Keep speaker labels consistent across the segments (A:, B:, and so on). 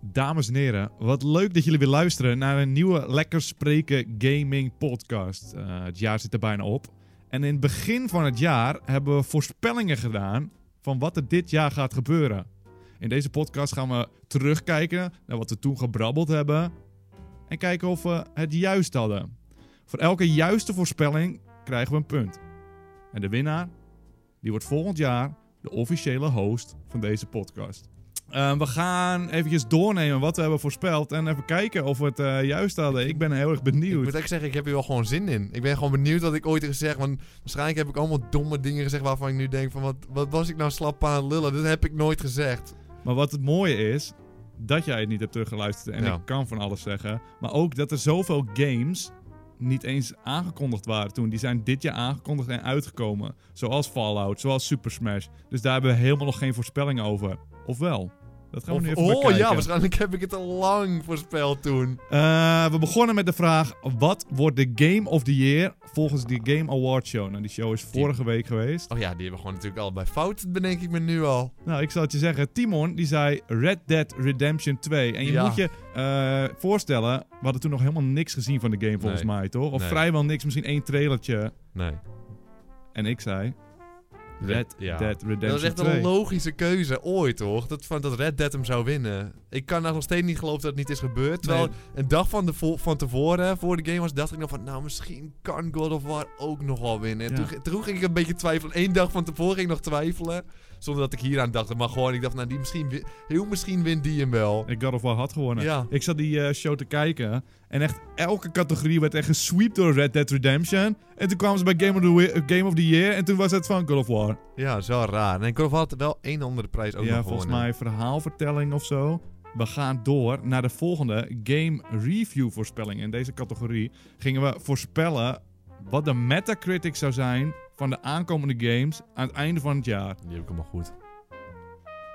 A: dames en heren. Wat leuk dat jullie weer luisteren naar een nieuwe Lekker Spreken Gaming podcast. Eh, het jaar zit er bijna op. En in het begin van het jaar hebben we voorspellingen gedaan van wat er dit jaar gaat gebeuren. In deze podcast gaan we terugkijken naar wat we toen gebrabbeld hebben. En kijken of we het juist hadden. Voor elke juiste voorspelling krijgen we een punt. En de winnaar, die wordt volgend jaar de officiële host van deze podcast. Eh, we gaan eventjes doornemen wat we hebben voorspeld. En even kijken of we het eh, juist hadden. Ik ben heel erg
B: Ik
A: benieuwd.
B: moet ook zeggen, ik heb hier wel gewoon zin in. Ik ben gewoon benieuwd wat ik ooit heb gezegd. Want waarschijnlijk heb ik allemaal domme dingen gezegd waarvan ik nu denk van... Wat, wat was ik nou slap aan het lullen? Dat heb ik nooit gezegd.
A: Maar wat het mooie is, dat jij het niet hebt teruggeluisterd. En
B: Ja.
A: ik kan van alles zeggen. Maar ook dat er zoveel games niet eens aangekondigd waren toen. Die zijn dit jaar aangekondigd en uitgekomen. Zoals Fallout, zoals Super Smash. Dus daar hebben we helemaal nog geen voorspelling over. Of wel? Dat gaan we nu
B: Of-
A: even
B: oh
A: bekijken.
B: ja, waarschijnlijk heb ik het al lang voorspeld toen.
A: Eh, we begonnen met de vraag: wat wordt de Game of the Year volgens de Game Award Show? Nou, die show is vorige week geweest.
B: Oh ja, die hebben we gewoon natuurlijk allebei fout, bedenk ik me nu al.
A: Nou, ik zal het je zeggen. Timon, die zei Red Dead Redemption 2. En je
B: Ja.
A: moet je eh, voorstellen, we hadden toen nog helemaal niks gezien van de game volgens
B: Nee.
A: mij, toch? Of
B: Nee.
A: vrijwel niks, misschien één trailertje.
B: Nee.
A: En ik zei Red
B: ja.
A: Dead Redemption
B: Dat is echt
A: 2.
B: een logische keuze ooit, toch? Dat, van, dat Red Dead hem zou winnen. Ik kan nou nog steeds niet geloven dat het niet is gebeurd. Terwijl
A: Nee.
B: een dag van, de vo- van tevoren, voor de game was, dacht ik nog van... Nou, misschien kan God of War ook nog wel winnen. En
A: Ja.
B: Toen, ge- toen ging ik een beetje twijfelen. Eén dag van tevoren ging ik nog twijfelen. Zonder dat ik hieraan dacht. Maar gewoon, ik dacht, nou, die misschien, win- heel misschien wint die hem wel.
A: Ik God of War had gewonnen.
B: Ja.
A: Ik zat die eh, show te kijken. En echt elke categorie werd echt gesweept door Red Dead Redemption. En toen kwamen ze bij Game of the, Wea- eh, Game of the Year. En toen was het van God of War.
B: Ja, dat is wel raar. En God of War had wel één andere prijs ook
A: ja,
B: nog
A: volgens
B: gewonnen.
A: mij verhaalvertelling of zo. We gaan door naar de volgende game review voorspelling. In deze categorie gingen we voorspellen wat de Metacritic zou zijn van de aankomende games aan het einde van het jaar.
B: Die heb ik helemaal goed.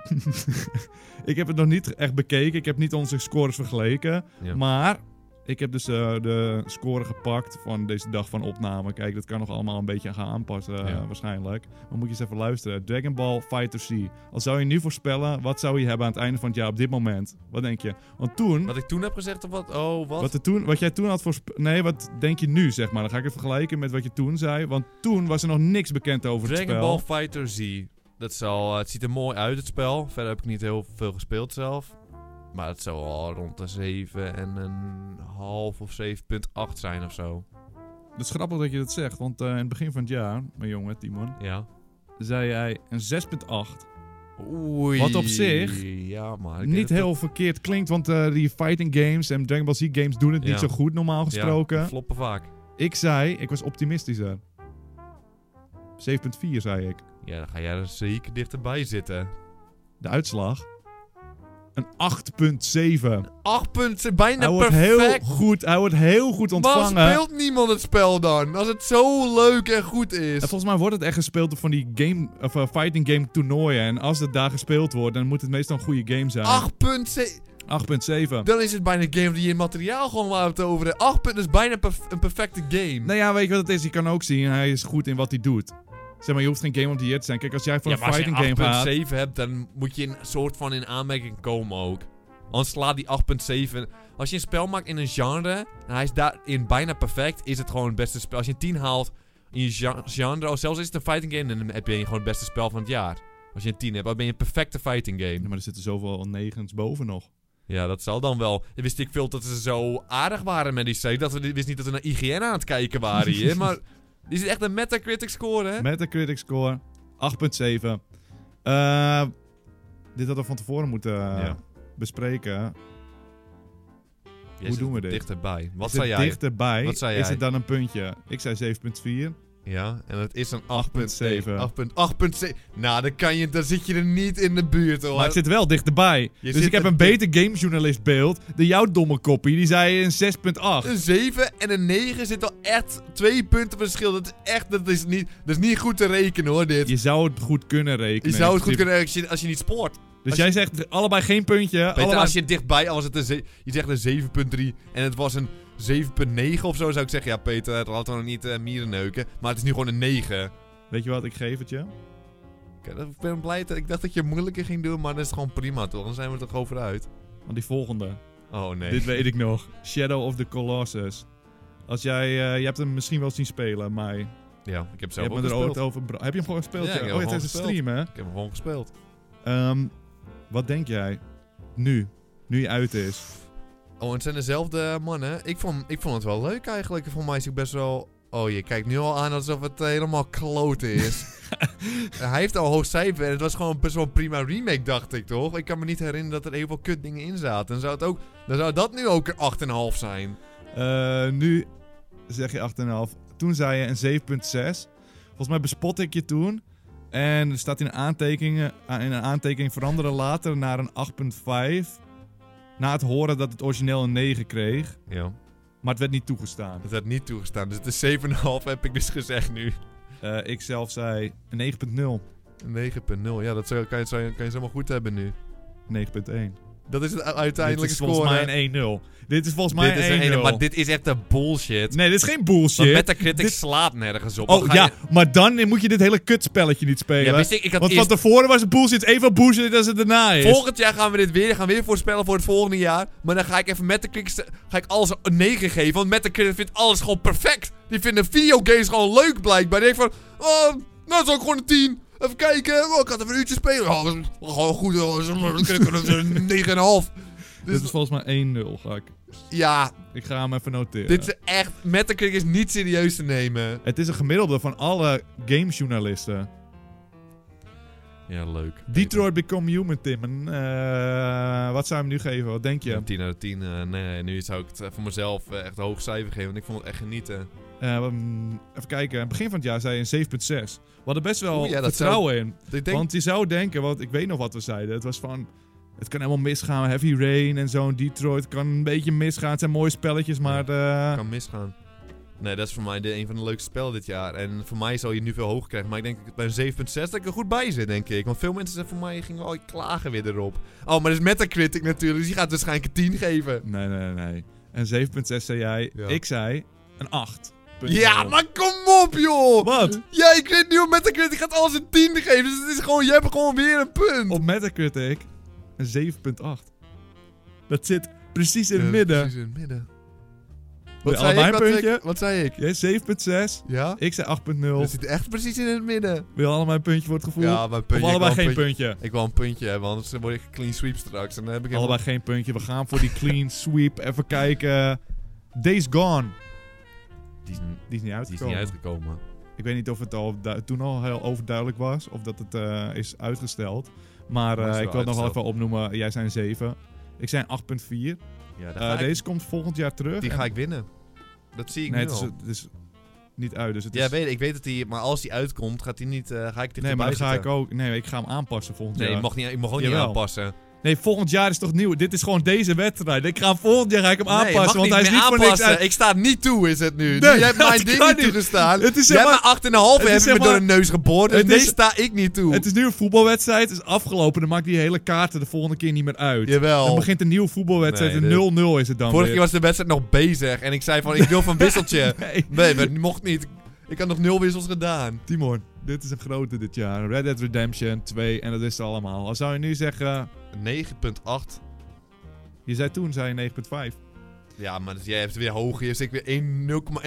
A: Ik heb het nog niet echt bekeken. Ik heb niet onze scores vergeleken.
B: Ja.
A: Maar ik heb dus eh, de score gepakt van deze dag van opname. Kijk, dat kan nog allemaal een beetje gaan aanpassen eh,
B: Ja.
A: waarschijnlijk. Maar moet je eens even luisteren. Dragon Ball Fighter C. Al zou je nu voorspellen, wat zou je hebben aan het einde van het jaar op dit moment? Wat denk je? Want toen, wat,
B: Wat ik toen heb gezegd of wat? Oh, wat?
A: er toen, wat jij toen had voorspeld... Nee, wat denk je nu, zeg maar? Dan ga ik het vergelijken met wat je toen zei. Want toen was er nog niks bekend over het
B: Dragon
A: spel.
B: Ball Fighter Z. Dat zal, het ziet er mooi uit, het spel. Verder heb ik niet heel veel gespeeld zelf. Maar het zou al rond de 7 en een half of 7,8 zijn of zo.
A: Dat is grappig dat je dat zegt, want eh, in het begin van het jaar, mijn jongen Timon,
B: Ja.
A: zei jij een 6.8.
B: Oei.
A: Wat op zich
B: ja, maar Ah, ik denk
A: niet
B: dat
A: heel verkeerd klinkt, want eh, die fighting games en Dragon Ball Z games doen het
B: Ja.
A: niet zo goed normaal
B: dat- ja,
A: gesproken.
B: floppen vaak.
A: ik zei, ik was optimistischer. 7.4 zei ik.
B: Ja, dan ga jij er zeker dichterbij zitten.
A: De uitslag? Een 8.7.
B: Acht punten, bijna
A: Hij wordt heel
B: perfect.
A: goed, hij wordt heel goed ontvangen.
B: Maar speelt niemand het spel dan? Als het zo leuk en goed is.
A: En volgens mij wordt het echt gespeeld op van die game, of, eh, fighting game toernooien. En als het daar gespeeld wordt, dan moet het meestal een goede game zijn.
B: 8,7.
A: 8.7.
B: Dan is het bijna een game die je materiaal gewoon waar het over de 8 punten is bijna perf- een perfecte game.
A: Nou ja, weet je wat het is? Je kan ook zien, hij is goed in wat hij doet. Zeg maar, je hoeft geen game op die hit te zijn. Kijk, als jij voor
B: ja,
A: een fighting game gaat...
B: als je 8.7 hebt, dan moet je een soort van in aanmerking komen ook. Anders slaat die 8.7. Als je een spel maakt in een genre, en hij is daarin bijna perfect, is het gewoon het beste spel. Als je een 10 haalt in je gen- genre, of zelfs is het een fighting game, dan heb je gewoon het beste spel van het jaar. Als je een 10 hebt, dan ben je een perfecte fighting
A: Ja,
B: game.
A: maar er zitten zoveel negens boven nog.
B: Ja, dat zal dan wel. Dan wist ik veel dat ze zo aardig waren met die site. Dat we wist niet dat we naar IGN aan het kijken waren hier. maar is het echt een Metacritic score, hè?
A: Metacritic score 8.7. Eh, dit hadden we van tevoren moeten eh,
B: Ja.
A: bespreken. hoe
B: Jij zit
A: doen we dit?
B: Dichterbij. Wat
A: is het
B: zei jij?
A: dichterbij?
B: Wat zei
A: Is
B: jij?
A: het dan een puntje? Ik zei 7.4.
B: Ja, en het is een 8.7.
A: 8.7.
B: 8.8.7. Nou, dan, kan je, dan zit je er niet in de buurt, hoor.
A: Maar ik zit wel dichterbij.
B: Je
A: dus
B: zit
A: ik heb
B: er
A: een beter gamejournalist beeld dan jouw domme koppie. Die zei een 6.8.
B: Een 7 en een 9 zit al echt twee punten verschil. Dat is echt, dat is niet, dat is niet goed te rekenen, hoor, dit. Je,
A: Je zou het goed kunnen rekenen.
B: Eh, zou het
A: in principe.
B: goed kunnen als je, als je niet spoort.
A: Dus
B: als
A: jij zegt allebei geen puntje.
B: Peter,
A: allebei...
B: als je dichtbij, al was het een ze- je zegt een 7.3 en het was een 7.9 of zo, zou ik zeggen, ja Peter, laten we nog niet eh, mieren neuken. Maar het is nu gewoon een 9.
A: Weet je wat, ik geef het je.
B: Ik ik ben blij dat ik dacht dat je moeilijker ging doen, maar dat is gewoon prima toch? Dan zijn we er toch over uit.
A: Want die volgende.
B: Oh nee.
A: Dit weet ik nog. Shadow of the Colossus. Als jij, eh, je hebt hem misschien wel zien spelen, maar je
B: Ja, ik heb zelf
A: hebt
B: ook
A: me er
B: gespeeld.
A: ooit over... bra- Heb je hem gewoon gespeeld?
B: Ja, ik heb
A: Oh,
B: hem
A: het is een
B: gewoon
A: stream, hè?
B: Ik heb hem gewoon gespeeld.
A: Ehm, wat denk jij? Nu. Nu hij uit is.
B: Oh, en het zijn dezelfde mannen. Ik vond, ik vond het wel leuk eigenlijk. Voor mij is ik best wel... Oh, je kijkt nu al aan alsof het eh, helemaal kloten is. Hij heeft al hoog cijfer en het was gewoon best wel een prima remake, dacht ik toch? Ik kan me niet herinneren dat er heel veel kut dingen in zaten. Dan zou, het ook, dan zou dat nu ook een 8,5 zijn.
A: Eh, nu zeg je 8,5. Toen zei je een 7,6. Volgens mij bespot ik je toen. En er staat in een aantekening, eh, in een aantekening veranderen later naar een 8,5. Na het horen dat het origineel een 9 kreeg.
B: Ja,
A: Maar het werd niet toegestaan.
B: dat had niet toegestaan. Dus de 7,5 heb ik dus gezegd nu. 9,0.
A: Eh, ik zelf zei een 9,0.
B: Ja, dat zou, kan, je, zou je- kan je zomaar goed hebben nu.
A: 9,1.
B: Dat is het u-
A: Dit
B: uiteindelijke
A: is
B: score.
A: volgens mij een 1-0. Dit is volgens mij
B: dit is de
A: een 1-0.
B: ene, maar dit is echt de bullshit.
A: Nee, dit is geen
B: Want
A: bullshit.
B: Metacritic
A: Dit-
B: slaat nergens op. Dan
A: Oh
B: ga
A: ja,
B: je-
A: maar dan moet je dit hele kutspelletje niet
B: Ja,
A: spelen.
B: wist ik, ik had
A: Want
B: eerst-
A: van tevoren was het bullshit even bullshit als het daarna is.
B: Volgend jaar gaan we dit weer, gaan we weer voorspellen voor het volgende jaar. Maar dan ga ik even Metacritic, st- ga ik alles een 9 geven. Want Metacritic vindt alles gewoon perfect. Die vinden videogames gewoon leuk blijkbaar. Die denkt van, oh, nou is ook gewoon een 10. Even kijken, oh, ik had even een uurtje spelen. Oh, dat is gewoon goed, oh, dat is een 9,5.
A: Dit is
B: Dus
A: volgens mij 1-0, ga ik.
B: ja,
A: Ik ga hem even noteren.
B: dit is echt, Metacritic is niet serieus te nemen.
A: Het is een gemiddelde van alle gamejournalisten.
B: Ja, leuk.
A: Detroit Become Human, Tim. En, eh, wat zou je hem nu geven? Wat denk je?
B: 10 uit de 10. eh, nee, nu zou ik het eh, voor mezelf eh, echt een hoog cijfer geven. Want ik vond het echt genieten.
A: Eh, mm, even kijken. Aan het begin van het jaar zei je een 7,6. We hadden best wel
B: Oeh, ja, dat
A: vertrouwen in.
B: Ik denk,
A: Want je zou denken, want ik weet nog wat we zeiden. Het was van, het kan helemaal misgaan. Heavy Rain en zo in Detroit kan een beetje misgaan. Het zijn mooie spelletjes, maar... eh,
B: kan misgaan. Nee, dat is voor mij de, een van de leukste spellen dit jaar. En voor mij zal je nu veel hoger krijgen. Maar ik denk dat bij een 7.6 dat ik er goed bij zit, denk ik. Want veel mensen zijn voor mij gingen al klagen weer erop. Oh, maar dat is Metacritic natuurlijk. Dus die gaat waarschijnlijk een 10 geven.
A: Nee, nee, nee. En 7,6 zei jij.
B: Ja.
A: Ik zei een 8.
B: Ja, maar kom op, joh!
A: Wat?
B: Ja, ik weet niet hoe Metacritic gaat alles een 10 geven. Dus het is gewoon, jij hebt gewoon weer een punt.
A: Op Metacritic een 7,8. Dat zit precies in het
B: Ja,
A: midden.
B: Precies in het midden.
A: Ja, allebei
B: Wat
A: een
B: zei
A: puntje.
B: ik? Wat zei ik?
A: Jij 7,6.
B: Ja?
A: Ik zei 8,0.
B: Dat zit echt precies in het midden.
A: Wil allemaal een puntje voor het gevoel?
B: Dus Ja, maar een puntje.
A: of
B: ik
A: allebei
B: wil een
A: geen puntje?
B: Ik wil een puntje hebben, anders word ik clean sweep straks. En dan heb ik helemaal-
A: Allebei geen puntje. We gaan voor die clean sweep. Even kijken. Days Gone.
B: Die
A: Die
B: is,
A: is niet
B: die is niet
A: uitgekomen.
B: uitgekomen.
A: Ik weet niet of het al du- toen al heel overduidelijk was of dat het eh, is uitgesteld. Maar
B: Maar het is
A: eh,
B: wel
A: ik wil het nog wel
B: uitgesteld.
A: even opnoemen. Jij zijn 7. Ik zijn 8,4.
B: Ja, daar
A: Eh,
B: ga ik-
A: deze komt volgend jaar terug.
B: die
A: En-
B: ga ik winnen. Dat zie ik
A: Nee,
B: nu
A: het is,
B: al.
A: het is niet uit. Dus het
B: Ja,
A: is...
B: weet, ik weet dat die... Maar als die uitkomt, gaat die niet, eh, ga ik
A: nee,
B: dichterbij
A: maar dan ga ik
B: zitten.
A: ook. Nee, ik ga hem aanpassen volgend
B: Nee,
A: jaar.
B: ik mag, niet, ik mag ook niet
A: Jawel.
B: aanpassen.
A: Nee, volgend jaar is toch nieuw. Dit is gewoon deze wedstrijd. Ik ga hem volgend jaar ga ik hem
B: nee,
A: aanpassen, want
B: niet
A: hij is
B: meer
A: niet voor niks
B: aanpassen.
A: uit.
B: Ik sta er niet toe, is het nu.
A: Nee,
B: Jij hebt
A: dat
B: mijn ding
A: kan
B: niet
A: niet.
B: toegestaan.
A: Het is zeg
B: Jij hebt
A: maar-
B: maar 8,5 en
A: het
B: heb
A: is
B: je me
A: zeg
B: door
A: maar-
B: de neus geboord. Dus
A: het
B: nee,
A: is-
B: sta ik niet toe.
A: Het is nu een voetbalwedstrijd. Het is afgelopen. Dan maakt die hele kaarten de volgende keer niet meer uit.
B: Jawel.
A: Dan begint een nieuwe voetbalwedstrijd.
B: Nee,
A: en
B: dit-
A: 0-0 is het dan
B: Vorige keer
A: weer.
B: was de wedstrijd nog bezig. En ik zei van, ik wil van wisseltje.
A: Nee.
B: Nee, maar het mocht niet. Ik had nog nul wissels gedaan.
A: Timon, dit is een grote dit jaar. Red Dead Redemption 2 en dat is het allemaal. Al zou je nu zeggen,
B: 9.8.
A: je zei toen zei je 9,5.
B: Ja, maar dus jij hebt weer hoger. Dus ik weer 1,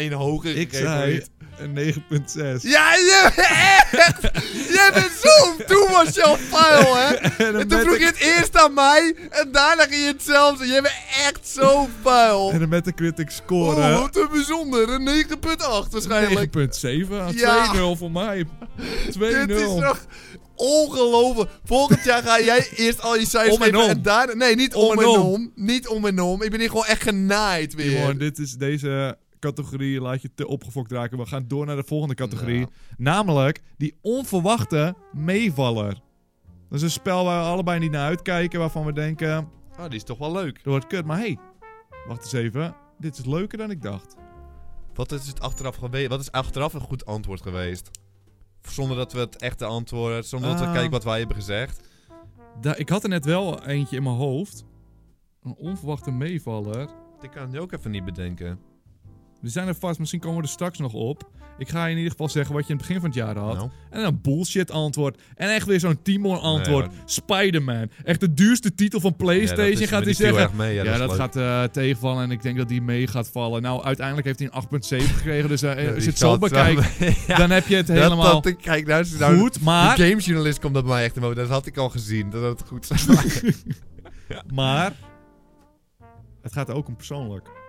B: 0,1 hoger
A: Ik
B: gegeven.
A: zei een 9,6.
B: Ja, je, echt! Jij bent zo'n too much your file, hè?
A: En
B: En
A: een
B: toen vroeg je
A: meta-
B: het eerst aan mij en daarna ging je het zelf zeggen. Jij bent echt zo vuil.
A: en een Metacritic score
B: Oh,
A: eh,
B: wat een bijzonder. Een 9.8 waarschijnlijk.
A: 9,7.
B: Ja.
A: 2-0 voor mij. 2-0.
B: Dit is toch ongelooflijk. Volgend jaar ga jij eerst al je cijfers
A: Om en
B: geven
A: om.
B: en daarna... Nee, niet om,
A: Om
B: en
A: en
B: om. Niet om en om. Ik ben hier gewoon echt genaaid weer.
A: Timon, dit is deze categorie laat je te opgefokt raken. We gaan door naar de volgende categorie.
B: Nou.
A: Namelijk die onverwachte meevaller. Dat is een spel waar we allebei niet naar uitkijken. Waarvan we denken,
B: Oh, die is toch wel leuk.
A: Dat wordt kut, maar hey, wacht eens even. Dit is leuker dan ik dacht.
B: Wat is het achteraf geweest? Wat is achteraf een goed antwoord geweest? Zonder dat we het echte antwoorden, zonder dat we
A: Ah.
B: kijken wat wij hebben gezegd.
A: Da- ik had er net wel eentje in mijn hoofd. Een onverwachte meevaller.
B: Ik kan het nu ook even niet bedenken.
A: Er zijn er vast, misschien komen we er straks nog op. Ik ga je in ieder geval zeggen wat je in het begin van het jaar
B: Nou.
A: had. En een bullshit antwoord. En echt weer zo'n Timon antwoord.
B: Nee,
A: Spider-Man. Echt de duurste titel van PlayStation gaat hij zeggen.
B: Mee,
A: Ja, dat, gaat eh, tegenvallen en ik denk dat die mee gaat vallen. Nou, uiteindelijk heeft hij een 8.7 gekregen, dus eh, als je het zo bekijkt, dan heb je het helemaal
B: Dat, dat, kijk, nou, is het nou,
A: goed. Maar,
B: De gamejournalist komt dat mij echt omhoog. Dat had ik al gezien, dat het goed zou zijn.
A: maar, het gaat ook om persoonlijk.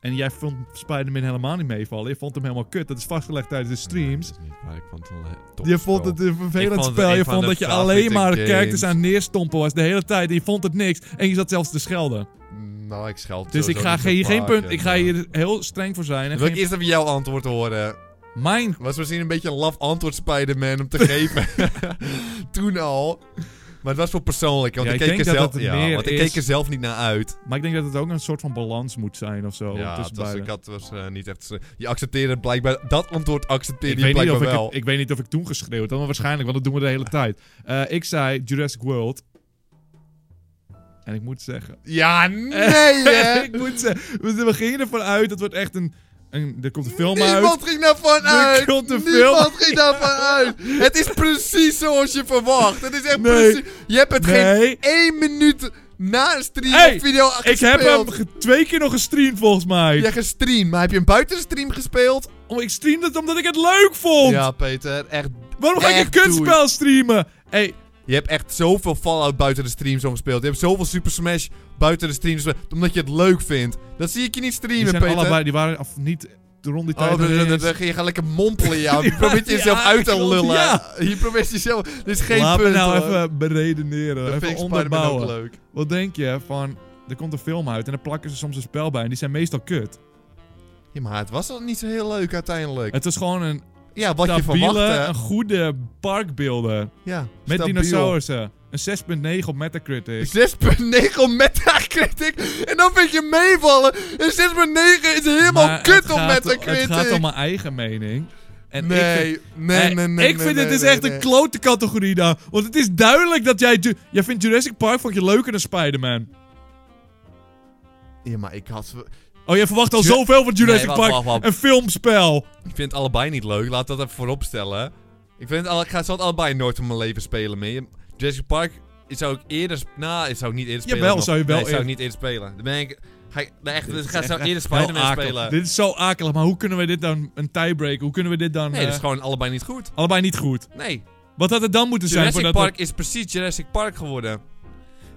A: En jij vond Spider-Man helemaal niet meevallen. Je vond hem helemaal kut. Dat is vastgelegd tijdens de streams.
B: ik vond het eh,
A: Je vond het een
B: Ik
A: vervelend
B: vond het
A: spel.
B: een
A: Je
B: van
A: vond
B: de
A: dat je
B: favoriete
A: alleen maar
B: games.
A: characters aan neerstompen was de hele tijd. En je vond het niks. En je zat zelfs te schelden.
B: Nou, ik scheld
A: Dus ik
B: sowieso
A: ga
B: niet zo
A: hier geen
B: vaak,
A: punt.
B: en,
A: Ik ga
B: eh,
A: hier heel streng voor zijn. En
B: Wil ik
A: geen,
B: eerst even jouw antwoord horen?
A: mijn
B: Was misschien een beetje een laf antwoord, Spider-Man, om te geven. Toen al. Maar het was wel persoonlijk, want
A: Ja,
B: ik
A: ik
B: keek, er
A: denk dat
B: zelf,
A: het
B: ja,
A: meer
B: want ik
A: is-
B: keek er zelf niet naar uit.
A: Maar ik denk dat het ook een soort van balans moet zijn of zo.
B: ja,
A: tussen
B: het was,
A: beide.
B: ik had, was eh, niet echt... Je accepteerde het blijkbaar... Dat antwoord
A: Ik
B: accepteerde je
A: weet, niet of
B: blijkbaar
A: ik,
B: wel.
A: het- ik weet niet of ik toen geschreeuwd had, maar waarschijnlijk, want dat doen we de hele tijd. Eh, ik zei Jurassic World. En ik moet zeggen.
B: Ja, nee hè!
A: ik moet zeggen. We we gingen ervan uit, dat wordt echt een. een er komt een film uit.
B: Niemand ging daarvan
A: Er
B: uit!
A: komt een
B: Niemand ging daarvan uit! Het is precies zoals je verwacht. Het is echt
A: Nee.
B: precies... Je hebt het geen
A: Nee.
B: één minuut na een stream
A: Hey,
B: of video
A: Ik heb hem ge- twee keer nog gestreamd volgens mij.
B: Je gestreamd, maar heb je hem buiten de stream gespeeld?
A: Om, ik streamde het omdat ik het leuk vond.
B: Ja, Peter, echt.
A: Waarom ga ik een
B: echt, doei.
A: kutspel streamen? Hey,
B: Je hebt echt zoveel Fallout buiten de stream zo gespeeld. Je hebt zoveel Super Smash buiten de stream gespeeld, omdat je het leuk vindt. Dat zie ik je niet
A: die
B: streamen,
A: zijn
B: Peter.
A: allebei, die waren af, niet rond die tijd.
B: Oh, dan, dan,
A: ineens.
B: dan, je gaat lekker mompelen, ja. Je probeert
A: ja,
B: jezelf uit te
A: klopt,
B: lullen.
A: ja.
B: Je probeert jezelf... Dit is geen
A: Laat
B: punt,
A: me nou
B: hoor.
A: even beredeneren.
B: Dat
A: even
B: vind ik Spider-Man ook
A: onderbouwen.
B: leuk.
A: Wat denk je van... Er komt een film uit en dan plakken ze soms een spel bij. En die zijn meestal kut.
B: Ja, maar het was al niet zo heel leuk uiteindelijk.
A: Het is gewoon een
B: ja, wat je
A: stabiele,
B: verwachtte.
A: een goede parkbeelder.
B: ja,
A: Met
B: stabiel.
A: dinosaurussen. Een 6.9 op Metacritic.
B: 6.9 Metacritic. En dan vind je meevallen. En 6.9 is helemaal
A: Maar
B: kut
A: het
B: op
A: gaat-
B: Metacritic.
A: Het gaat om mijn eigen mening. En ik vind-
B: nee, nee,
A: Eh,
B: nee, nee.
A: ik vind
B: nee,
A: dit is
B: nee,
A: echt
B: nee.
A: een klote categorie daar. Want het is duidelijk dat jij... Ju- jij vindt Jurassic Park vond je leuker dan Spider-Man.
B: Ja, maar ik had...
A: Oh, jij verwacht al
B: Ju-
A: zoveel van Jurassic
B: wacht,
A: Park.
B: wacht, wacht.
A: Een filmspel.
B: Ik vind het allebei niet leuk. Laat dat even voorop stellen. Ik, vind het al, ik ga, zal het allebei nooit van mijn leven spelen meer. Jurassic Park zou ik eerder... sp- Nou, ik zou ik niet eerder spelen.
A: Jawel,
B: nog.
A: zou je wel
B: Nee, zou ik
A: eer-
B: niet eerder spelen. Dan ben ik... Ga ik, nee, echt,
A: Dit is
B: ik ga,
A: echt-
B: zou ik eerder
A: Heel
B: Spider-Man
A: akelig.
B: spelen.
A: Dit is zo akelig, maar hoe kunnen we dit dan een tiebreak? Hoe kunnen we dit dan.
B: Nee, dat is
A: eh,
B: gewoon allebei niet goed.
A: Allebei niet goed.
B: Nee.
A: Wat had het dan moeten zijn?
B: Jurassic
A: voordat
B: Park is precies Jurassic Park geworden.
A: we-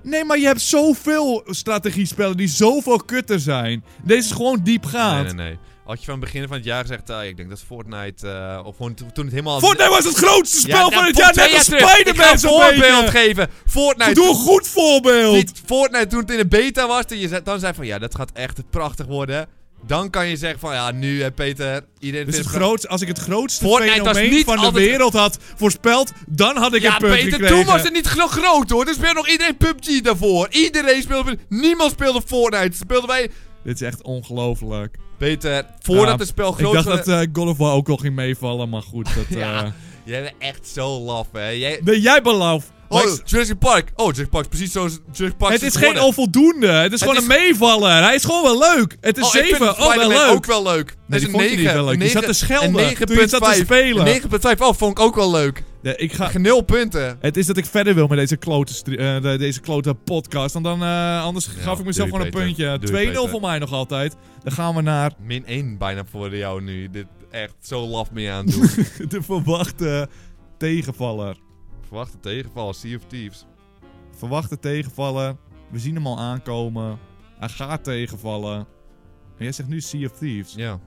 A: Nee, maar je hebt zoveel strategiespellen die zoveel kutter zijn. Deze is gewoon diepgaand.
B: Nee, nee, nee. Had je van het begin van het jaar gezegd, ah, ik denk dat Fortnite... eh, of gewoon to- toen het helemaal...
A: Fortnite was het grootste
B: Ja,
A: spel van
B: nou,
A: het
B: voor
A: jaar,
B: twee
A: net als
B: terug.
A: Spider-Man
B: Ik ga
A: zo'n
B: een voorbeeld
A: beetje.
B: geven. Fortnite...
A: Doe een goed voorbeeld.
B: niet Fortnite toen het in de beta was, toen je zei, dan zei van ja, dat gaat echt prachtig worden. Dan kan je zeggen van ja, nu hè Peter, iedereen
A: Dus het
B: prachtig.
A: grootste, als ik het grootste
B: Fortnite was
A: fenomeen
B: niet
A: van de
B: altijd-
A: wereld had voorspeld, dan had ik
B: Ja
A: een punt
B: Peter,
A: gekregen.
B: toen was het niet gro- groot hoor. Er speelde nog iedereen PUBG daarvoor. Iedereen speelde, niemand speelde Fortnite. Speelden wij...
A: Dit is echt ongelooflijk.
B: Peter, voordat
A: Ja,
B: het spel
A: Ik
B: groot
A: dacht
B: werd-
A: dat eh, God of War ook al ging meevallen, maar goed. Dat,
B: Ja.
A: eh,
B: Jij bent echt zo laf hè. Jij...
A: Nee, jij beloof. Maar
B: Oh,
A: ik-
B: Jurassic Park. Oh, Jurassic Park is precies zoals Jurassic Park
A: Het is geen onvoldoende. Het is gewoon
B: is-
A: een meevaller. Hij is gewoon wel leuk. Het is
B: Oh, ik
A: 7.
B: vind
A: Oh, wel
B: Spider-Man
A: leuk.
B: ook wel
A: Nee,
B: leuk. dat
A: die
B: is
A: vond je
B: een
A: niet
B: 9.
A: wel leuk. Je zat te
B: oh,
A: schelden toen je zat te spelen.
B: 9.5. Oh, vond ik ook wel leuk.
A: Nee, ik ga...
B: Ge- Nul punten.
A: Het is dat ik verder wil met deze klote, stre- eh, de- deze klote podcast. Want dan, eh, anders gaf ik mezelf
B: doei,
A: gewoon een
B: Peter. Doei,
A: puntje. 2-0
B: Peter.
A: voor mij nog altijd. Dan gaan we naar
B: Min 1 bijna voor jou nu. Dit echt zo laf mee aan doen.
A: de verwachte tegenvaller.
B: Verwachte tegenval, Sea of Thieves.
A: Verwachte tegenvaller. We zien hem al aankomen. Hij gaat tegenvallen. En jij zegt nu Sea of Thieves.
B: Ja.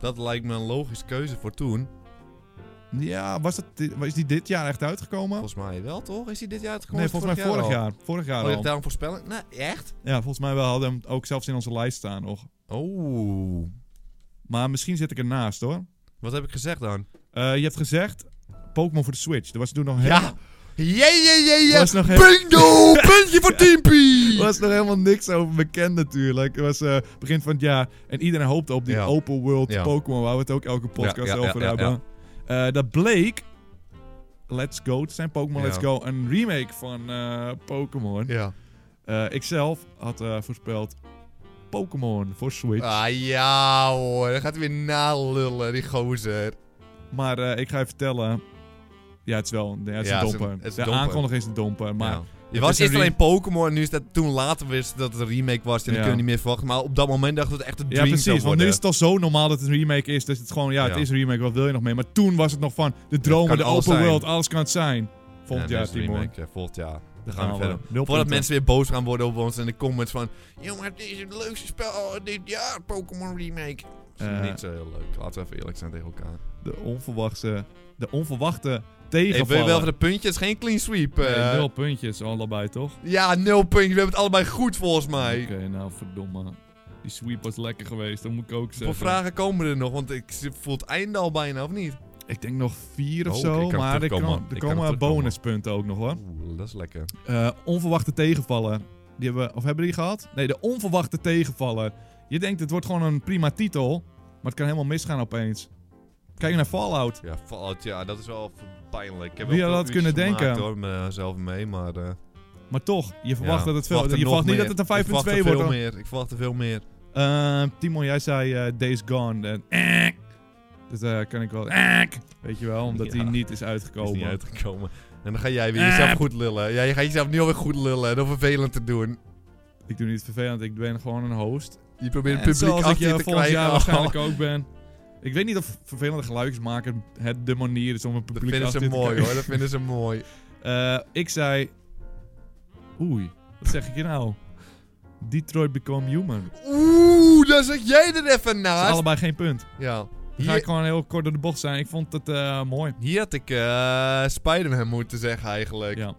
B: Dat lijkt me een logische keuze voor toen.
A: Ja, was dat, di- is die dit jaar echt uitgekomen?
B: Volgens mij wel, toch? Is hij dit jaar uitgekomen?
A: nee, volgens mij vorig jaar. Vorig jaar
B: Oh, je hebt
A: al.
B: daar een voorspelling? Nou, echt?
A: Ja, volgens mij wel hadden we hem ook zelfs in onze lijst staan nog.
B: Oh.
A: Maar misschien zit ik ernaast hoor.
B: Wat heb ik gezegd dan?
A: Eh, je hebt gezegd Pokémon voor de Switch. Dat was toen nog helemaal,
B: Ja! Jee, jee, jee, jee!
A: Was nog heel-
B: Bingo! Puntje voor Timpie!
A: was nog helemaal niks over bekend natuurlijk. Het was eh, begin van het jaar. En iedereen hoopte op die
B: Ja.
A: open world
B: Ja.
A: Pokémon. Waar we het ook elke podcast
B: Ja, ja, ja,
A: over
B: ja,
A: hebben. Eh, dat bleek Let's Go te zijn. Pokémon
B: Ja.
A: Let's Go. Een remake van eh, Pokémon.
B: Ja.
A: Eh, ik zelf had eh, voorspeld Pokémon voor Switch.
B: Ah ja hoor, dan gaat hij weer nalullen, die gozer.
A: Maar eh, ik ga je vertellen. Ja, het is wel ja, het is
B: Ja,
A: een
B: het is
A: domper.
B: een- het is
A: de
B: een domper.
A: aankondiging is een domper. Maar
B: Ja.
A: het
B: Je was
A: is een
B: eerst alleen Pokémon en nu is dat toen later wist dat het een remake was. En dat
A: Ja.
B: kun je niet meer verwachten. Maar op dat moment dachten we dat het echt een
A: Ja,
B: dream zou
A: precies. Want nu
B: worden.
A: is het al zo normaal dat het een remake is. Dat het gewoon, ja, het
B: Ja.
A: is een remake, wat wil je nog mee? Maar toen was het nog van de dromen,
B: kan
A: de open
B: alles zijn.
A: world, alles kan het zijn. Volgend
B: Ja, nu
A: jaar,
B: is het een
A: Timon.
B: remake, ja, volgend jaar. Dan gaan we verder.
A: Nul
B: Voordat
A: punten.
B: mensen weer boos gaan worden op ons in de comments van... Yo, maar het is het leukste spel oh, dit jaar, Pokémon Remake. Dat is
A: Eh.
B: niet zo heel leuk. Laten we even eerlijk zijn tegen elkaar.
A: De onverwachte, de onverwachte
B: Ik wil
A: tegenvallen.
B: je wel van de puntjes? Geen clean sweep. eh.
A: eh. Nee, nul puntjes allebei, toch?
B: Ja, nul puntjes. We hebben het allebei goed volgens mij.
A: Oké, nou verdomme. Die sweep was lekker geweest, dat moet ik ook zeggen.
B: Voor vragen komen er nog, want ik zit- voel het einde al bijna, of niet?
A: Ik denk nog vier of
B: Oh, ik
A: zo,
B: kan nog
A: maar er,
B: terugkomen.
A: kan- er
B: Ik kan nog
A: komen
B: terugkomen.
A: bonuspunten ook nog hoor.
B: Oeh, dat is lekker.
A: Eh, onverwachte tegenvaller. Die hebben, we- of hebben we die gehad? Nee, de onverwachte tegenvaller. Je denkt het wordt gewoon een prima titel, maar het kan helemaal misgaan opeens. Kijk naar Fallout.
B: Ja, Fallout, ja, dat is wel pijnlijk. Ik heb
A: Wie
B: wel
A: had
B: veel
A: dat kunnen
B: uurtjes
A: denken?
B: gemaakt, hoor, mezelf mee, maar... eh,
A: Maar toch, je verwacht
B: ja,
A: dat het
B: ik
A: veel...
B: verwacht er
A: Je
B: nog
A: verwacht niet
B: meer.
A: dat het een 5.2
B: Ik verwacht
A: wordt.
B: er veel
A: hoor.
B: meer. Ik verwacht er veel meer.
A: Eh, Timon, jij zei eh, Days Gone. En, eh, dus eh, kan ik wel... eh, weet je wel, omdat die
B: Ja.
A: niet is uitgekomen.
B: Is niet uitgekomen. En dan ga jij weer
A: Eh.
B: jezelf goed lullen. Ja, je gaat jezelf nu alweer goed lullen. Door vervelend te doen.
A: Ik doe niet vervelend, ik ben gewoon een host.
B: Je probeert het
A: En
B: publiek
A: Eh, zoals ik
B: achter
A: je
B: je te
A: volgend
B: krijgen.
A: jaar
B: Oh,
A: waarschijnlijk ook ben. Ik weet niet of vervelende geluidjes maken het de manier is om het
B: Dat
A: publiek
B: vinden
A: achter
B: ze
A: te
B: mooi
A: krijgen.
B: hoor, dat vinden ze mooi.
A: Eh, ik zei... Oei, wat zeg ik hier nou? Detroit Become Human. Dat
B: Oeh, daar zeg jij er even
A: is
B: naast.
A: allebei geen punt.
B: Ja.
A: Dan ga ik
B: Hier,
A: gewoon heel kort door de bocht zijn. Ik vond het eh, mooi.
B: hier had ik eh Spider-Man moeten zeggen eigenlijk.
A: Ja.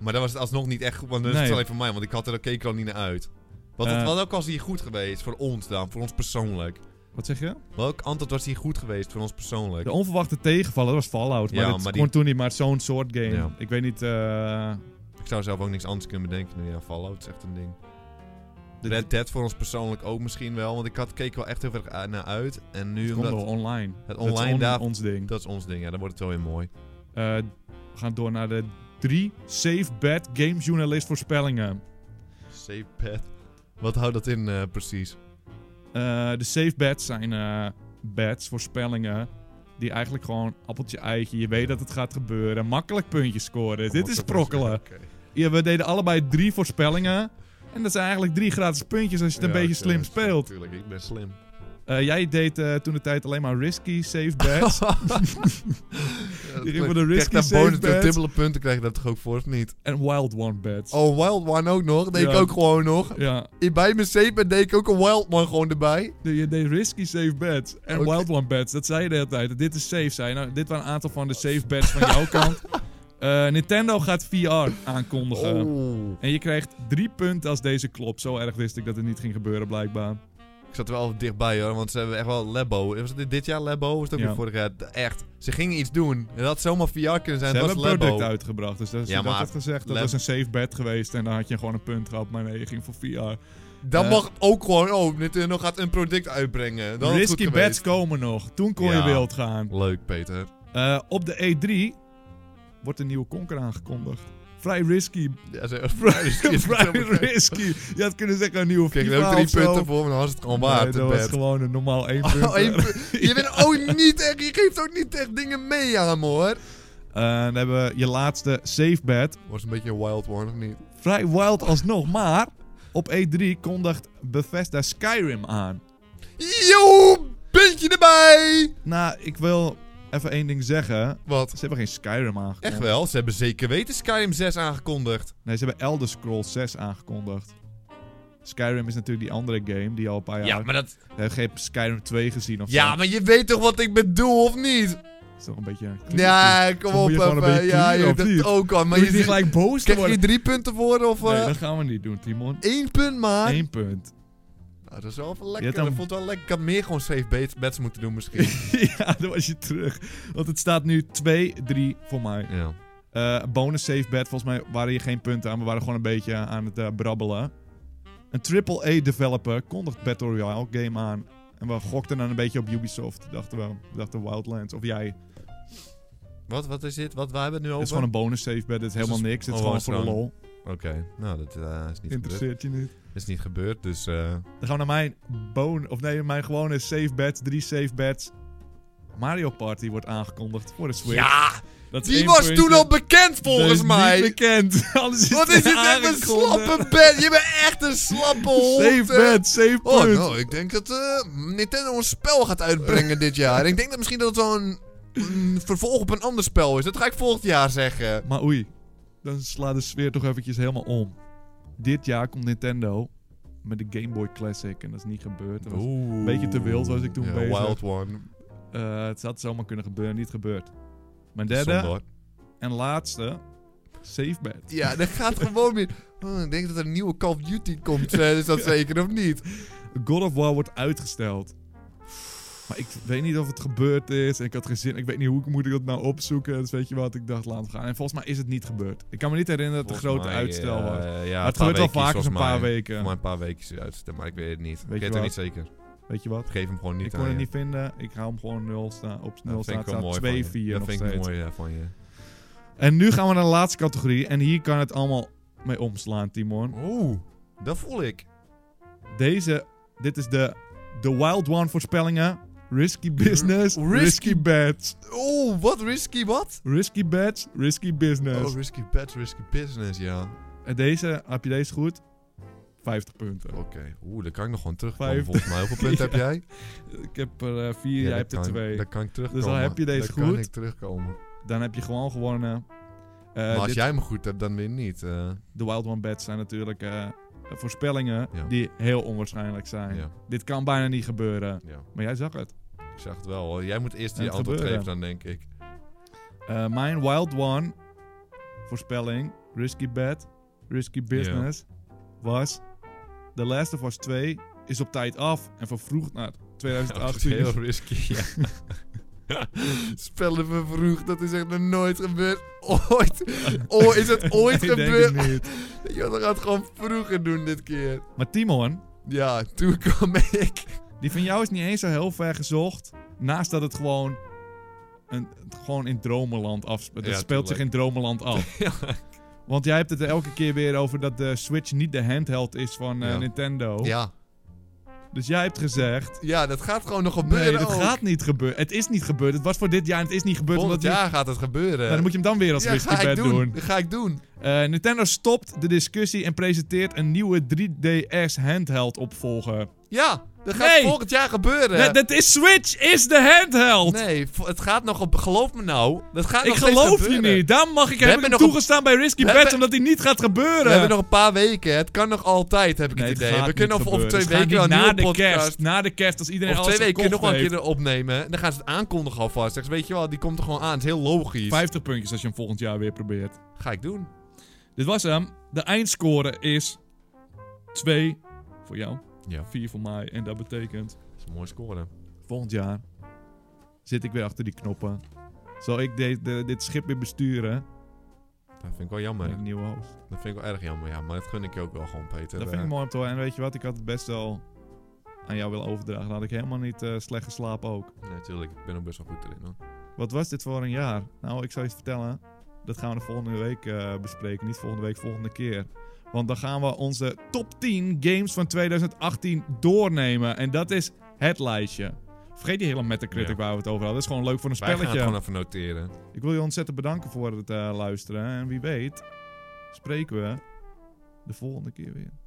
B: Maar dat was het alsnog niet echt goed, want dat is
A: Nee.
B: het alleen voor mij. Want ik had er ook keek er al niet naar uit. Wat,
A: Eh.
B: wat ook was hier goed geweest, voor ons dan, voor ons persoonlijk.
A: Wat zeg je?
B: Welk antwoord was hier goed geweest, voor ons persoonlijk?
A: De onverwachte tegenvaller was Fallout. Maar
B: Ja,
A: dit
B: maar
A: kon
B: die-
A: toen niet, maar zo'n soort game.
B: Ja.
A: Ik weet niet... eh,
B: Ik zou zelf ook niks anders kunnen bedenken. nu. Ja, Fallout is echt een ding.
A: dit-
B: Red Dead voor ons persoonlijk ook misschien wel, want ik had, keek wel echt heel erg eh, naar uit. En nu,
A: het komt wel
B: omdat,
A: online.
B: het
A: dat is
B: online
A: on-
B: daar-
A: ons ding.
B: dat is ons ding, ja, dan wordt het wel weer mooi.
A: Eh, we gaan door naar de drie Safe Bad Game Journalist voorspellingen.
B: Safe bet. Wat houdt dat in eh, precies?
A: Eh, de safe bets zijn eh bets, voorspellingen. Die eigenlijk gewoon appeltje eitje. Je weet dat het gaat gebeuren. Makkelijk puntjes scoren. Dit is prokkelen.
B: Oké.
A: Ja, we deden allebei drie voorspellingen. En dat zijn eigenlijk drie gratis puntjes als je het een
B: Ja,
A: beetje
B: oké,
A: slim
B: dat is-
A: speelt.
B: Tuurlijk, ik ben slim.
A: Eh, jij deed toen de tijd alleen maar risky safe bets. ging voor de risky
B: Krijg daar
A: safe
B: bonus door
A: bet.
B: dubbele punten, krijg je dat toch ook voor of niet?
A: en wild one bets.
B: Oh, Wild One ook nog, deed ik
A: Ja.
B: ook gewoon nog.
A: Ja,
B: In- Bij mijn safe bet deed ik ook een Wild One gewoon erbij.
A: de- je deed risky safe bets en
B: Oké.
A: wild one bets. Dat zei je de hele tijd. dat Dit is safe, zijn. Nou, dit waren een aantal van de safe bets van jouw kant. Eh, Nintendo gaat VR
B: Oh.
A: aankondigen.
B: Oeh.
A: En je krijgt drie punten als deze klopt. Zo erg wist ik dat het niet ging gebeuren, blijkbaar.
B: Ik zat er wel dichtbij hoor, want ze hebben echt wel Labo. Was het dit- dit jaar Labo? Of Was het ook
A: Ja.
B: weer vorig jaar? Echt. Ze gingen iets doen. Het had zomaar VR kunnen zijn.
A: ze
B: het
A: hebben
B: was
A: een
B: Labo.
A: product uitgebracht, dus dat,
B: Ja,
A: ja, dat
B: maar
A: had gezegd. Dat
B: lab-
A: was een safe bet geweest en dan had je gewoon een punt gehad. Maar nee, je ging voor VR.
B: Dan
A: Eh.
B: mag ook gewoon, oh, Nintendo gaat een product uitbrengen. Dan
A: Risky bets komen nog. Toen kon je
B: Ja.
A: wild gaan.
B: Leuk, Peter.
A: Eh, op de E3 wordt een nieuwe conker aangekondigd. Vrij risky.
B: Ja, ze Vrij
A: Vrij risky. Je had kunnen zeggen een nieuwe
B: Kijk,
A: FIFA
B: daar heb ik
A: of
B: drie
A: zo.
B: punten voor, maar dan was het gewoon
A: Nee,
B: waard.
A: dat
B: het
A: was
B: bed.
A: gewoon een normaal één punt.
B: Oh, één punt. Je bent ook niet echt, je geeft ook niet echt dingen mee aan hoor.
A: Eh, dan hebben we je laatste safe bet.
B: Was een beetje een wild one, of niet?
A: vrij wild alsnog, maar op E3 kondigt Bethesda Skyrim aan.
B: Yo, puntje erbij!
A: Nou, ik wil even één ding zeggen.
B: Wat?
A: Ze hebben geen Skyrim aangekondigd.
B: Echt wel, ze hebben zeker weten Skyrim 6 aangekondigd.
A: Nee, ze hebben Elder Scrolls 6 aangekondigd. Skyrim is natuurlijk die andere game die al een paar jaar...
B: Ja, maar dat...
A: We hebben geen Skyrim 2 gezien of
B: Ja,
A: zo.
B: maar je weet toch wat ik bedoel, of niet?
A: is toch een beetje... een-
B: Ja, kom
A: Zo
B: op
A: moet je gewoon een
B: even.
A: beetje
B: Ja, je
A: clean,
B: hebt
A: of niet?
B: dat ook al. Maar
A: Moet je
B: je
A: niet
B: zit-
A: gelijk boos te
B: Krijg je
A: worden?
B: drie punten voor of eh,
A: Nee, dat gaan we niet doen, Timon.
B: één punt maar?
A: Eén punt.
B: Nou, dat is wel even
A: Je
B: lekker.
A: hebt dan-
B: Dat voelt wel lekker. Ik had meer gewoon safe bet- bets moeten doen misschien.
A: ja, dan was je terug. Want het staat nu 2-3 voor mij.
B: ja.
A: Eh, bonus safe bet. Volgens mij waren hier geen punten aan. We waren gewoon een beetje aan het eh, brabbelen. Een AAA developer kondigt Battle Royale game aan. En we gokten dan een beetje op Ubisoft. Dachten we. We dachten Wildlands. Of jij.
B: Wat, wat is dit? Wat, waar hebben we het nu
A: Het
B: over?
A: is gewoon een bonus safe bet. Het is helemaal
B: Dus-
A: niks. Het is
B: oh,
A: gewoon
B: is
A: voor de
B: dan-
A: lol.
B: Oké, nou dat eh, is, niet gebeurd.
A: Interesseert je niet.
B: is niet gebeurd, dus... eh,
A: Dan gaan we naar mijn bon of nee, mijn gewone safe bets, drie safe bets. Mario Party wordt aangekondigd voor de Switch.
B: ja,
A: Dat is
B: die
A: één
B: was
A: puntje.
B: toen al bekend volgens
A: Dat is
B: mij.
A: Niet bekend. Alles is
B: Wat is dit
A: aangekondigd.
B: even een slappe bed? Je bent echt een slappe hond.
A: Safe
B: eh.
A: bet, safe
B: Oh,
A: punt.
B: nou, ik denk dat eh, Nintendo een spel gaat uitbrengen dit jaar. En ik denk dat misschien dat het zo'n een vervolg op een ander spel is. Dat ga ik volgend jaar zeggen.
A: Maar oei, dan slaat de sfeer toch eventjes helemaal om. Dit jaar komt Nintendo met de Game Boy Classic en dat is niet gebeurd. Er was-
B: Een
A: beetje te wild was ik toen bezig.
B: Wild One.
A: eh, het had zomaar kunnen gebeuren, niet gebeurd. Mijn derde
B: Zonde, hoor.
A: en laatste, safe bet.
B: Ja, dat gaat gewoon weer... Oh, ik denk dat er een nieuwe Call of Duty komt. eh, is dat zeker of niet?
A: God of War wordt uitgesteld. Maar ik weet niet of het gebeurd is. En ik had geen zin. Ik weet niet hoe ik- moet ik dat nou opzoeken. Dus weet je wat, ik dacht laten we gaan. En volgens mij is het niet gebeurd. Ik kan me niet herinneren dat het een grote uitstel was. Maar
B: eh, ja,
A: het gebeurt wel vaker een paar weken.
B: Maar een paar weken uitstel, maar ik weet het niet. ik
A: je
B: weet het
A: wat?
B: niet zeker.
A: Weet je wat?
B: Geef hem gewoon niet
A: ik
B: aan
A: kon het
B: je.
A: niet vinden. Ik ga hem gewoon nul staan. Op nul
B: Dat vind
A: staan.
B: ik wel mooi
A: staat
B: van je.
A: 2-4 nog
B: Dat vind ik
A: steeds.
B: mooi eh, van je.
A: En nu gaan we naar de laatste categorie. En hier kan het allemaal mee omslaan, Timon.
B: Oeh, dat voel ik.
A: Deze, dit is de, de Wild One voorspellingen. Risky business,
B: Risky-
A: risky, bets.
B: Oeh, wat risky, wat?
A: Risky bets, risky business.
B: Oh, risky bets, risky business, ja.
A: En deze, heb je deze goed? 50 punten.
B: Oké, oeh, daar kan ik nog gewoon terugkomen
A: Vijf.
B: volgens mij. Hoeveel punten heb jij?
A: Ik heb er eh, vier,
B: Ja,
A: jij
B: daar
A: hebt er
B: kan-
A: twee.
B: Daar kan ik terugkomen.
A: dan heb je deze
B: daar kan
A: goed.
B: ik terugkomen.
A: Dan heb je gewoon gewonnen. Eh,
B: maar als
A: dit-
B: jij me goed hebt, dan weer niet. eh.
A: De Wild One bets zijn natuurlijk eh, voorspellingen
B: Ja.
A: die heel onwaarschijnlijk zijn.
B: ja,
A: Dit kan bijna niet gebeuren.
B: ja,
A: Maar jij zag het.
B: ik zag het wel. hoor. Jij moet eerst
A: Aan
B: je
A: het
B: antwoord
A: gebeuren.
B: geven, dan denk ik.
A: Eh, mijn Wild One voorspelling, risky bet, risky business, was The Last of Us 2 is op tijd af en vervroegd naar
B: Dat is
A: 2018.
B: heel risky, ja. Spellen vervroegd, dat is echt nog nooit gebeurd. Ooit. Oh, is het ooit
A: Nee, denk
B: gebeurd?
A: ik niet.
B: Ja, dan gaat het gewoon vroeger doen dit keer.
A: Maar Timon,
B: Ja, toen kwam ik.
A: die van jou is niet eens zo heel ver gezocht. Naast dat het gewoon, een, het gewoon in dromenland afspeelt.
B: Ja,
A: het speelt zich in
B: tuurlijk.
A: dromenland af. Want jij hebt het er elke keer weer over dat de Switch niet de handheld is van eh,
B: Ja.
A: Nintendo.
B: Ja,
A: Dus jij hebt gezegd,
B: ja, dat gaat gewoon nog gebeuren.
A: Nee, dat
B: ook.
A: gaat niet gebeuren. Het is niet gebeurd. Het was voor dit jaar en het is niet gebeurd.
B: Volgend
A: omdat die-
B: jaar gaat het gebeuren.
A: Nou, dan moet je hem dan weer als
B: ja,
A: risky
B: ga ik
A: bet doen.
B: Dat ga ik doen.
A: Eh, Nintendo stopt de discussie en presenteert een nieuwe 3DS handheld opvolger.
B: Ja, dat gaat
A: Nee.
B: volgend jaar gebeuren.
A: Dat- Dat is Switch is de handheld.
B: nee, vo- het gaat nog op. Geloof me nou. Dat gaat
A: ik
B: nog steeds
A: geloof je
B: gebeuren.
A: niet. Daarom mag ik, heb
B: hebben
A: ik hem
B: nog een-
A: toegestaan bij Risky
B: We
A: Bets
B: hebben-
A: omdat hij niet gaat gebeuren.
B: We hebben nog een paar weken. Het kan nog altijd, heb ik
A: Nee,
B: het
A: het
B: idee.
A: gaat
B: We kunnen
A: niet
B: over, over twee
A: gebeuren.
B: weken
A: Ze
B: wel
A: gaan
B: een nieuwe
A: die na de
B: podcast.
A: kerst, na de kerst, als iedereen
B: Of
A: alles
B: twee weken nog wel een
A: heeft.
B: keer opnemen. Dan gaan ze het aankondigen alvast. Zeggen ze, Weet je wel, die komt er gewoon aan. Het is heel logisch.
A: 50 puntjes als je hem volgend jaar weer probeert.
B: Ga ik doen.
A: Dit was hem. De eindscore is 2 voor jou,
B: Ja.
A: 4 voor mij. En dat betekent,
B: Dat is een mooi scoren.
A: volgend jaar zit ik weer achter die knoppen. Zal ik de- de- dit schip weer besturen?
B: Dat vind ik wel jammer.
A: Met een nieuwe host.
B: Dat vind ik wel erg jammer, ja. Maar dat gun ik je ook wel gewoon, Peter.
A: Dat
B: Eh,
A: vind ik mooi om te horen. En weet je wat, ik had het best wel aan jou willen overdragen. Dan had ik helemaal niet eh, slecht geslapen ook.
B: Nee, natuurlijk. Ik ben ook best wel goed erin, hoor.
A: Wat was dit voor een jaar? Nou, ik zou je vertellen. Dat gaan we de volgende week eh, bespreken. Niet volgende week, volgende keer. Want dan gaan we onze top 10 games van 2018 doornemen. En dat is het lijstje. Vergeet die hele Metacritic
B: Ja.
A: waar we het over hadden. Dat is gewoon leuk voor een
B: Wij gaan het
A: spelletje.
B: gewoon even noteren.
A: Ik wil je ontzettend bedanken voor het eh, luisteren. En wie weet, spreken we de volgende keer weer.